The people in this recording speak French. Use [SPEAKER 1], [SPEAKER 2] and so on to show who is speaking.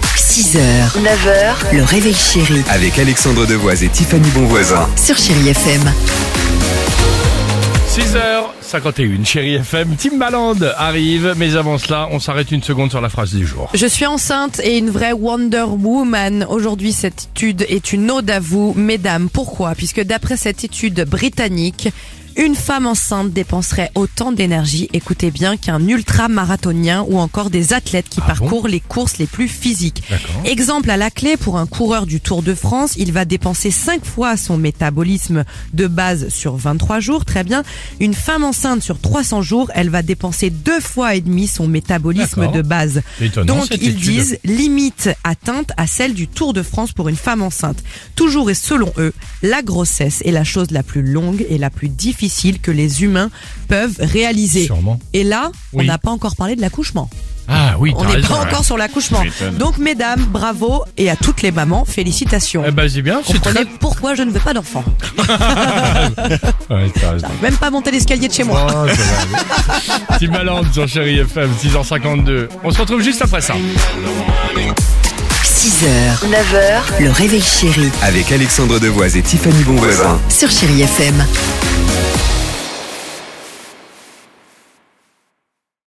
[SPEAKER 1] 6h, 9h, le réveil chéri
[SPEAKER 2] Avec Alexandre Devoise et Tiffany Bonvoisin.
[SPEAKER 1] sur Chéri FM.
[SPEAKER 3] 6h51, chérie FM, Tim Maland arrive, mais avant cela, on s'arrête une seconde sur la phrase du jour.
[SPEAKER 4] Je suis enceinte et une vraie Wonder Woman. Aujourd'hui, cette étude est une ode à vous, mesdames. Pourquoi Puisque d'après cette étude britannique, une femme enceinte dépenserait autant d'énergie, écoutez bien, qu'un ultra-marathonien ou encore des athlètes qui
[SPEAKER 3] Ah bon
[SPEAKER 4] parcourent les courses les plus physiques.
[SPEAKER 3] D'accord.
[SPEAKER 4] Exemple à la clé, pour un coureur du Tour de France, il va dépenser 5 fois son métabolisme de base sur 23 jours, très bien. Une femme enceinte sur 300 jours, elle va dépenser deux fois et demi son métabolisme
[SPEAKER 3] D'accord.
[SPEAKER 4] de base.
[SPEAKER 3] C'est étonnant,
[SPEAKER 4] Donc
[SPEAKER 3] Euh, cette
[SPEAKER 4] ils
[SPEAKER 3] étude.
[SPEAKER 4] disent limite atteinte à celle du Tour de France pour une femme enceinte. Toujours et selon eux, la grossesse est la chose la plus longue et la plus difficile que les humains peuvent réaliser.
[SPEAKER 3] Sûrement.
[SPEAKER 4] Et là,
[SPEAKER 3] Oui.
[SPEAKER 4] on n'a pas encore parlé de l'accouchement.
[SPEAKER 3] Ah oui,
[SPEAKER 4] On
[SPEAKER 3] t'as
[SPEAKER 4] n'est
[SPEAKER 3] raison.
[SPEAKER 4] pas encore sur l'accouchement. Donc mesdames, bravo et à toutes les mamans, félicitations.
[SPEAKER 3] Eh ben, c'est bien, c'est
[SPEAKER 4] Comprenez
[SPEAKER 3] très...
[SPEAKER 4] pourquoi je ne veux pas d'enfant.
[SPEAKER 3] Ouais, t'as raison.
[SPEAKER 4] Même pas monter l'escalier de chez moi.
[SPEAKER 3] Tim Maland sur chérie FM, 6h52. On se retrouve juste après ça.
[SPEAKER 1] 6h, 9h, le réveil chéri
[SPEAKER 2] Avec Alexandre Devoise et Tiffany Bonvoisin.
[SPEAKER 1] sur Chéri FM.